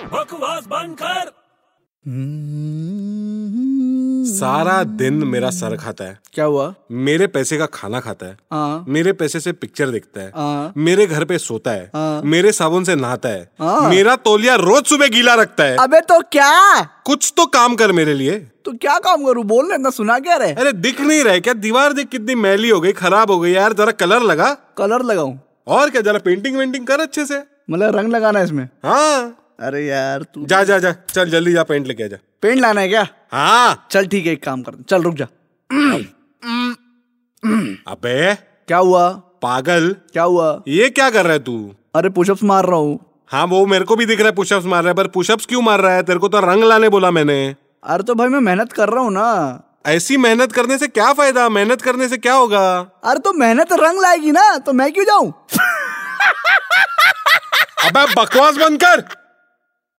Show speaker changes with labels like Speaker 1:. Speaker 1: आवाज बंद कर
Speaker 2: सारा दिन मेरा सर खाता है
Speaker 3: क्या हुआ
Speaker 2: मेरे पैसे का खाना खाता है
Speaker 3: हाँ
Speaker 2: मेरे पैसे से पिक्चर देखता
Speaker 3: हाँ।
Speaker 2: है मेरे घर पे सोता
Speaker 3: हाँ।
Speaker 2: है मेरे साबुन से नहाता
Speaker 3: हाँ।
Speaker 2: है मेरा तौलिया रोज सुबह गीला रखता है
Speaker 3: अबे तो क्या
Speaker 2: कुछ तो काम कर मेरे लिए
Speaker 3: तू क्या काम करूँ बोल रहे इतना सुना क्या रहे
Speaker 2: अरे दिख नहीं रहा है क्या दीवार देख कितनी मैली हो गई खराब हो गई यार जरा कलर लगा
Speaker 3: कलर लगाऊं
Speaker 2: और क्या जरा पेंटिंग वेंटिंग कर अच्छे से
Speaker 3: मतलब रंग लगाना है इसमें
Speaker 2: हाँ
Speaker 3: अरे यार तू
Speaker 2: जा जा जा चल जल्दी जा पेंट लेके आ जा
Speaker 3: पेंट लाना है क्या
Speaker 2: हाँ
Speaker 3: चल ठीक है एक काम कर चल रुक जा
Speaker 2: अबे
Speaker 3: क्या हुआ
Speaker 2: पागल
Speaker 3: क्या हुआ
Speaker 2: ये क्या कर रहा है तू
Speaker 3: अरे पुशअप्स मार रहा हूँ
Speaker 2: हाँ वो मेरे को भी दिख रहा है पुशअप्स मार रहा है पर पुशअप्स क्यों मार रहा है तेरे को तो रंग लाने बोला मैंने
Speaker 3: अरे तो भाई मैं मेहनत कर रहा हूँ ना
Speaker 2: ऐसी मेहनत करने से क्या फायदा मेहनत करने से क्या होगा
Speaker 3: अरे तो मेहनत रंग लाएगी ना तो मैं क्यों जाऊं
Speaker 2: अबे बकवास बंद कर